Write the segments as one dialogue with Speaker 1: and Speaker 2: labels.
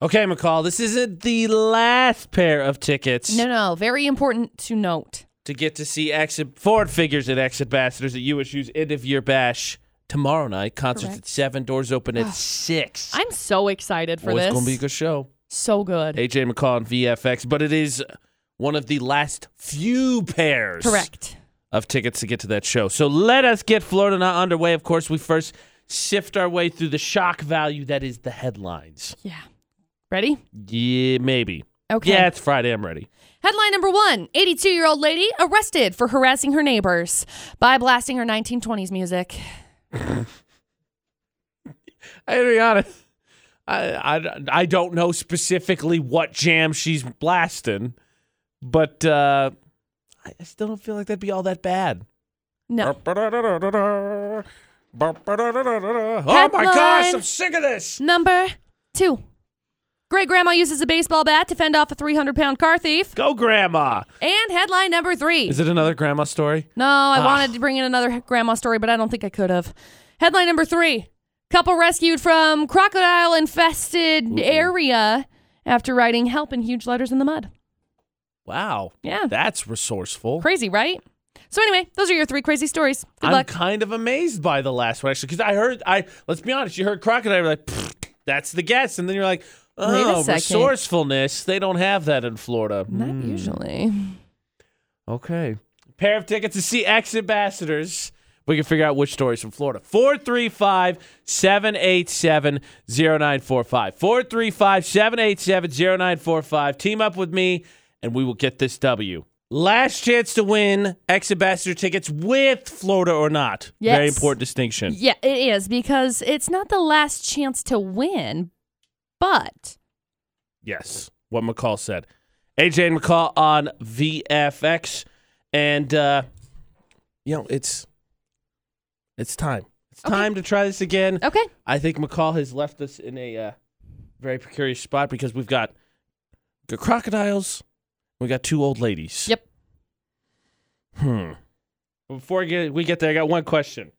Speaker 1: Okay, McCall, this isn't the last pair of tickets
Speaker 2: No, no. Very important to note.
Speaker 1: to get to see exit Ford figures at Exit Ambassadors at USU's end of year bash tomorrow night. Concerts
Speaker 2: Correct. Ah,
Speaker 1: at 7, doors open at 6.
Speaker 2: I'm so excited for
Speaker 1: Oh,
Speaker 2: this.
Speaker 1: It's going to be a good show.
Speaker 2: so good.
Speaker 1: AJ McCall and VFX, but it is one of the last few pairs.
Speaker 2: Correct.
Speaker 1: of tickets to get to that show. So let us get Florida Not underway. Of course, we first sift our way through the shock value that is the headlines.
Speaker 2: Yeah. Ready?
Speaker 1: Yeah, maybe.
Speaker 2: Okay.
Speaker 1: Yeah, it's Friday. I'm ready.
Speaker 2: Headline number one 82 year old lady arrested for harassing her neighbors by blasting her 1920s music.
Speaker 1: I gotta be honest. I, I, I don't know specifically what jam she's blasting, but uh, I I still don't feel like that'd be all that bad.
Speaker 2: No.
Speaker 1: Oh my gosh, I'm
Speaker 2: Headline.
Speaker 1: sick of this.
Speaker 2: Number two. Great grandma uses a baseball bat to fend off a 300 pound car thief.
Speaker 1: Go, Grandma.
Speaker 2: And headline number three.
Speaker 1: Is it another Grandma story?
Speaker 2: No, I
Speaker 1: Ah.
Speaker 2: wanted to bring in another grandma story, but I don't think I could have. Headline number three Couple rescued from crocodile infested area after writing help in huge letters in the mud.
Speaker 1: Wow.
Speaker 2: Yeah.
Speaker 1: That's resourceful.
Speaker 2: Crazy, right? So, anyway, those are your three crazy stories. Good
Speaker 1: I'm
Speaker 2: luck.
Speaker 1: kind of amazed by the last one actually, because I heard I let's be honest, you heard crocodile you're like "Pfft, that's the guess, and then you're like,
Speaker 2: a
Speaker 1: oh,
Speaker 2: second."
Speaker 1: resourcefulness. They don't have that in Florida.
Speaker 2: Not
Speaker 1: Hmm.
Speaker 2: usually.
Speaker 1: Okay, pair of tickets to see ex ambassadors. We can figure out which stories from Florida. 435 787 0945. 435 787 0945. Team up with me, and we will get this W. Last chance to win ex ambassador tickets with Florida or not. Very
Speaker 2: Yes.
Speaker 1: important distinction.
Speaker 2: Yeah, it is because it's not the last chance to win, but
Speaker 1: Yes, what McCall said. AJ and McCall on VFX, and uh, you know it's it's time. It's
Speaker 2: Okay. Oh.
Speaker 1: time to try this again.
Speaker 2: okay.
Speaker 1: I think McCall has left us in a uh, very precarious spot because we've got the crocodiles, we got two old ladies.
Speaker 2: Yep.
Speaker 1: Hmm. Before we get, we get there, I got one question.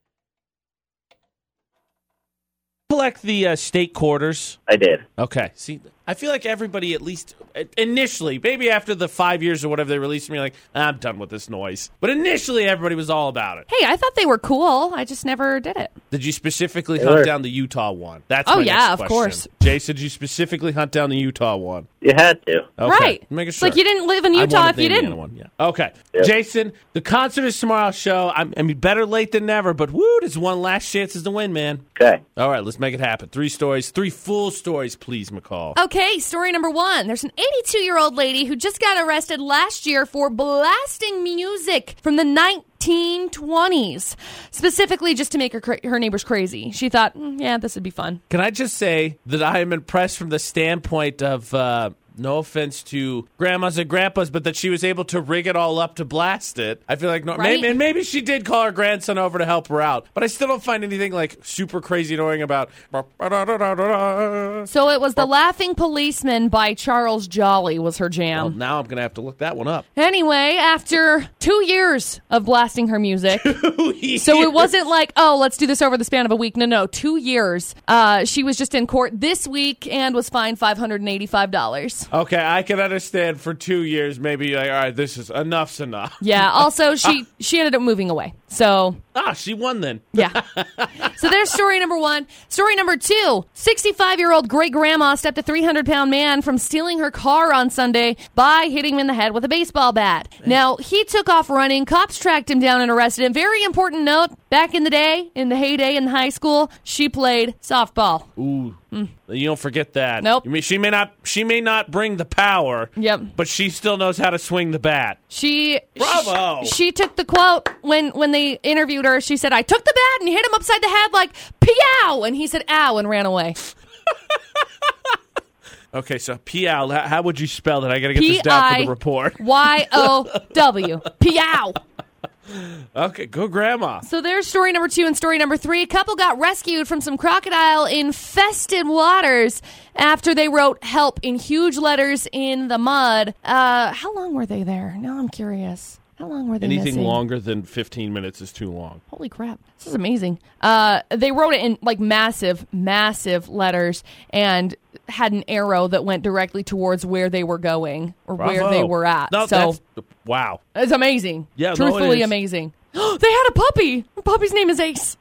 Speaker 1: Collect the uh, state quarters.
Speaker 3: I did.
Speaker 1: Okay. See, I feel like everybody, at least initially, maybe after the five years or whatever they released me, like I'm done with this noise. But initially, everybody was all about it.
Speaker 2: Hey, I thought they were cool. I just never did it.
Speaker 1: Did you specifically
Speaker 3: They
Speaker 1: hunt
Speaker 3: were.
Speaker 1: down the Utah one? That's
Speaker 2: Oh,
Speaker 1: my
Speaker 2: yeah,
Speaker 1: next
Speaker 2: of
Speaker 1: question.
Speaker 2: course.
Speaker 1: Jason, did you specifically hunt down the Utah one?
Speaker 3: You had to.
Speaker 1: Okay.
Speaker 2: Right.
Speaker 1: Making
Speaker 2: It's
Speaker 1: sure.
Speaker 2: like you didn't live in
Speaker 1: I
Speaker 2: Utah
Speaker 1: wanted
Speaker 2: if
Speaker 1: the
Speaker 2: you
Speaker 1: Indiana
Speaker 2: didn't.
Speaker 1: One. Yeah. Okay.
Speaker 3: Yep.
Speaker 1: Jason, the concert is tomorrow's show. I'm, I mean, better late than never, but woo, there's one last chance is to win, man.
Speaker 3: Okay.
Speaker 1: All right, let's make it happen. Three stories, three full stories, please, McCall.
Speaker 2: Okay, story number one. There's an 82 year old lady who just got arrested last year for blasting music from the 1920s, specifically just to make her, cra- her neighbors crazy. She thought, "Mm, yeah, this would be fun.
Speaker 1: Can I just say that I am impressed from the standpoint of uh, no offense to grandmas and grandpas, but that she was able to rig it all up to blast it. I feel like no,
Speaker 2: Right.
Speaker 1: maybe, and maybe she did call her grandson over to help her out, but I still don't find anything like super crazy annoying about. Well,
Speaker 2: So it was The Laughing Policeman by Charles Jolly was her jam.
Speaker 1: now I'm gonna have to look that one up.
Speaker 2: Anyway, after two years of blasting her music, so it wasn't like, oh, let's do this over the span of a week. No, no, two years. Uh, she was just in court this week and was fined $585.
Speaker 1: okay. I can understand for two years, maybe like, all right, this is enough's enough.
Speaker 2: Yeah. Also, she she ended up moving away. So
Speaker 1: Ah, she won then.
Speaker 2: yeah. so there's story number one. Story number two: 65 year old great grandma stopped a 300 pound man from stealing her car on Sunday by hitting him in the head with a baseball bat. Now he took off running. Cops tracked him down and arrested him. Very important note: back in the day, in the heyday in high school, she played softball.
Speaker 1: Ooh, you don't forget that.
Speaker 2: Nope.
Speaker 1: You mean, she may not. She may not bring the power.
Speaker 2: Yep.
Speaker 1: But she still knows how to swing the bat.
Speaker 2: She
Speaker 1: Bravo.
Speaker 2: She, she took the quote when when they interviewed her. She said, "I took the bat and hit him upside the head like pow," and he said "ow" and ran away.
Speaker 1: Okay, so Pial, how, how would you spell that? I gotta get
Speaker 2: P
Speaker 1: this down for
Speaker 2: I
Speaker 1: the report.
Speaker 2: Y O W. Piao.
Speaker 1: Okay, go grandma.
Speaker 2: So there's story number two and story number three. A couple got rescued from some crocodile infested waters after they wrote help in huge letters in the mud. Uh, how long were they there? Now I'm curious. How long were they
Speaker 1: Anything
Speaker 2: missing?
Speaker 1: longer than 15 minutes is too long.
Speaker 2: Holy crap. This is amazing. Uh, they wrote it in like massive, massive letters and had an arrow that went directly towards where they were going or where
Speaker 1: Bravo.
Speaker 2: they were at.
Speaker 1: No,
Speaker 2: so
Speaker 1: that's, wow.
Speaker 2: it's amazing.
Speaker 1: Yeah, no, it
Speaker 2: Truthfully
Speaker 1: is.
Speaker 2: amazing. they had a puppy. The puppy's name is Ace.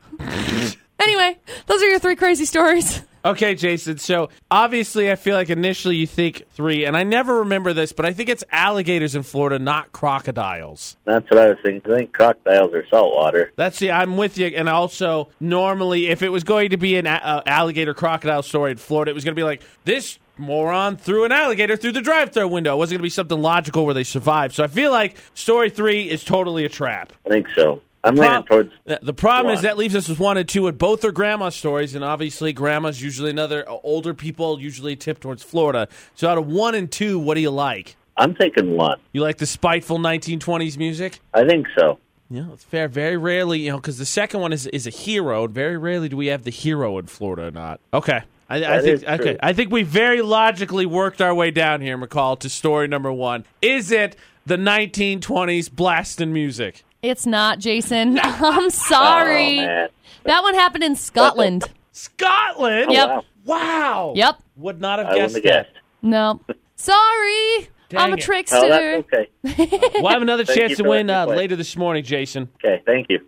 Speaker 2: anyway, those are your three crazy stories.
Speaker 1: Okay, Jason. So obviously, I feel like initially you think three, and I never remember this, but I think it's alligators in Florida, not crocodiles.
Speaker 3: That's what I was thinking. I think crocodiles are saltwater.
Speaker 1: That's the I'm with you. And also, normally, if it was going to be an a- uh, alligator crocodile story in Florida, it was going to be like this moron threw an alligator through the drive-through window. It wasn't going to be something logical where they survived. So I feel like story three is totally a trap.
Speaker 3: I think so. I'm
Speaker 1: Prob-
Speaker 3: leaning towards.
Speaker 1: Th- the problem is
Speaker 3: one.
Speaker 1: that leaves us with one and two, and both are grandma stories, and obviously grandma's usually another. uh, Older people usually tip towards Florida. So out of one and two, what do you like?
Speaker 3: I'm thinking one.
Speaker 1: You like the spiteful 1920s music?
Speaker 3: I think so.
Speaker 1: Yeah, that's fair. Very rarely, you know, because the second one is is a hero, and very rarely do we have the hero in Florida or not. Okay. I, I
Speaker 3: That
Speaker 1: think
Speaker 3: is
Speaker 1: okay.
Speaker 3: true.
Speaker 1: I think we very logically worked our way down here, McCall, to story number one. Is it the 1920s blasting music?
Speaker 2: It's not, Jason. I'm sorry.
Speaker 3: Oh, man.
Speaker 2: that one happened in Scotland.
Speaker 1: Scotland.
Speaker 3: Oh,
Speaker 2: Yep.
Speaker 3: wow.
Speaker 1: Wow.
Speaker 2: Yep.
Speaker 1: Would not have
Speaker 3: I wouldn't
Speaker 1: guessed
Speaker 3: have
Speaker 1: that.
Speaker 3: guessed.
Speaker 2: No. Sorry.
Speaker 1: Dang
Speaker 2: I'm a
Speaker 1: it.
Speaker 2: trickster.
Speaker 3: Oh, that's okay.
Speaker 1: We'll have another
Speaker 3: Thank
Speaker 1: chance
Speaker 3: you
Speaker 1: to
Speaker 3: for
Speaker 1: win
Speaker 3: letting me
Speaker 1: uh,
Speaker 3: play.
Speaker 1: later this morning, Jason.
Speaker 3: Okay, thank you.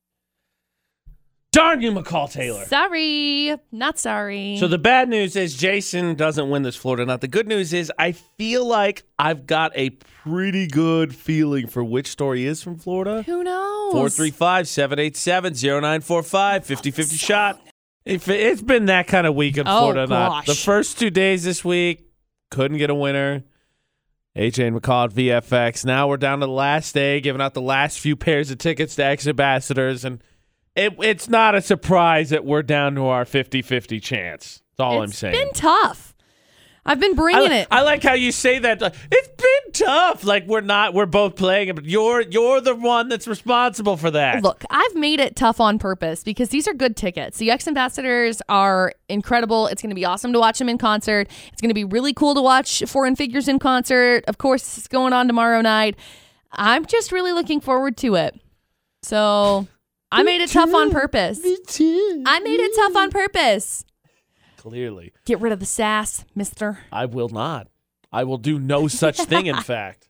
Speaker 1: Darn you, McCall Taylor.
Speaker 2: Sorry. Not sorry.
Speaker 1: So the bad news is Jason doesn't win this Florida Not The good news is I feel like I've got a pretty good feeling for which story is from Florida.
Speaker 2: Who knows?
Speaker 1: 435 787 0945 50 50 shot. If it- It's been that kind of week in
Speaker 2: Oh,
Speaker 1: Florida Not.
Speaker 2: gosh.
Speaker 1: The first two days this week, couldn't get a winner. AJ and McCall at VFX. Now we're down to the last day, giving out the last few pairs of tickets to ex ambassadors. And it, it's not a surprise that we're down to our 50 50 chance. That's all I'm
Speaker 2: It's
Speaker 1: saying.
Speaker 2: been tough. I've been
Speaker 1: I,
Speaker 2: bringing
Speaker 1: li-
Speaker 2: it.
Speaker 1: I like how you say that. like, It's been tough. Like we're not, we're both playing it, but you're you're the one that's responsible for that.
Speaker 2: Look, I've made it tough on purpose because these are good tickets. The ex ambassadors are incredible. It's going to be awesome to watch them in concert. It's going to be really cool to watch Foreign Figures in concert. Of course, it's going on tomorrow night. I'm just really looking forward to it. So I made it tough on purpose. I made it tough on purpose.
Speaker 1: Clearly,
Speaker 2: Get rid of the sass, mister.
Speaker 1: I will not. I will do no such thing. In fact,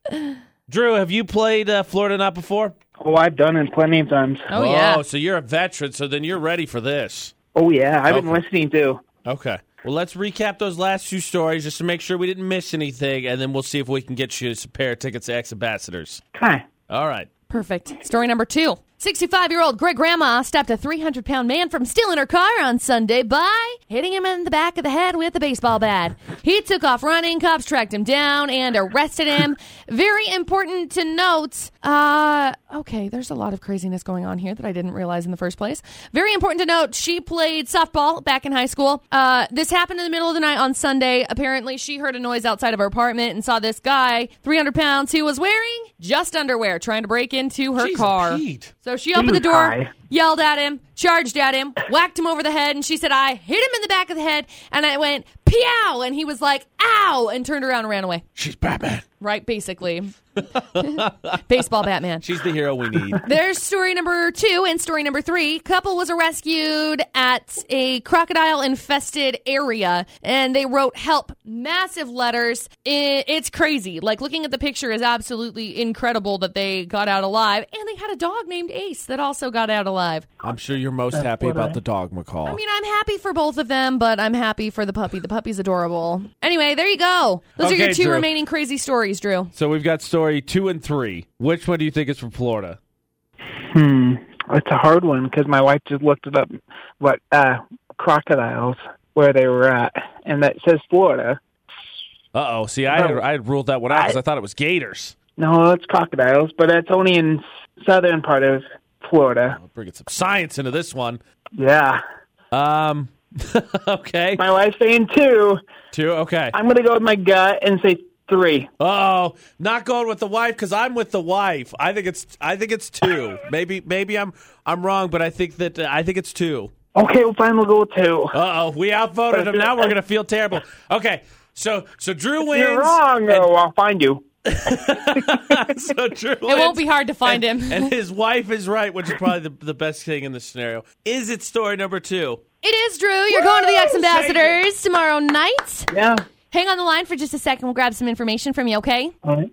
Speaker 1: Drew, have you played uh, Florida Not before?
Speaker 4: Oh, I've done it plenty of times.
Speaker 2: Oh, yeah.
Speaker 1: So you're a veteran. So then you're ready for this.
Speaker 4: Oh yeah, I've been
Speaker 1: Okay.
Speaker 4: listening to.
Speaker 1: Okay. Well, let's recap those last two stories just to make sure we didn't miss anything, and then we'll see if we can get you a pair of tickets to Ex Ambassadors.
Speaker 4: Hi.
Speaker 1: All right.
Speaker 2: Perfect. Story number two. 65 year old Greg Grandma stopped a 300 pound man from stealing her car on Sunday by hitting him in the back of the head with a baseball bat. He took off running, cops tracked him down and arrested him. Very important to note. Uh, okay, there's a lot of craziness going on here that I didn't realize in the first place. Very important to note, she played softball back in high school. Uh, this happened in the middle of the night on Sunday. Apparently, she heard a noise outside of her apartment and saw this guy, 300 pounds, who was wearing just underwear, trying to break into her
Speaker 1: Jeez,
Speaker 2: car.
Speaker 1: Pete.
Speaker 2: So she opened the
Speaker 4: was
Speaker 2: door,
Speaker 4: high.
Speaker 2: yelled at him, charged at him, whacked him over the head, and she said, I hit him in the back of the head, and I went, Peow! And he was like, Ow! And turned around and ran away.
Speaker 1: She's Batman.
Speaker 2: Right, basically. Baseball Batman.
Speaker 1: She's the hero we need.
Speaker 2: There's story number two and story number three. Couple was rescued at a crocodile infested area, and they wrote "help" massive letters. I- It's crazy. Like looking at the picture is absolutely incredible that they got out alive, and they had a dog named Ace that also got out alive.
Speaker 1: I'm sure you're most happy about the dog, McCall.
Speaker 2: I mean, I'm happy for both of them, but I'm happy for the puppy. The puppy's adorable. Anyway, there you go. Those are your
Speaker 1: Okay,
Speaker 2: two
Speaker 1: Drew.
Speaker 2: remaining crazy stories, Drew.
Speaker 1: so we've got story two and three. Which one do you think is from Florida?
Speaker 4: Hmm. It's a hard one because my wife just looked it up. What uh, crocodiles? Where they were at, and that says Florida.
Speaker 1: Uh oh. See, I had, I had ruled that one out because I thought it was gators.
Speaker 4: No, it's crocodiles, but that's only in southern part of Florida.
Speaker 1: I'll bring some science into this one.
Speaker 4: Yeah,
Speaker 1: Um. okay.
Speaker 4: my wife's saying two.
Speaker 1: Two. Okay.
Speaker 4: I'm gonna go with my gut and say three.
Speaker 1: Oh, not going with the wife because I'm with the wife. I think it's I think it's two. maybe maybe I'm I'm wrong, but I think that uh, I think it's two.
Speaker 4: Okay, well, fine, we'll go with two.
Speaker 1: Uh oh, we outvoted him. Now we're gonna feel terrible. Okay, so so Drew wins.
Speaker 4: You're wrong.
Speaker 1: and-
Speaker 4: Oh, I'll find you.
Speaker 1: so Drew
Speaker 2: It won't be hard to find
Speaker 1: and,
Speaker 2: him.
Speaker 1: and his wife is right, which is probably the, the best thing in the scenario. Is it story number two?
Speaker 2: it is Drew. You're going to the X Ambassadors tomorrow night.
Speaker 4: Yeah.
Speaker 2: Hang on the line for just a second. We'll grab some information from you, okay?
Speaker 4: All right.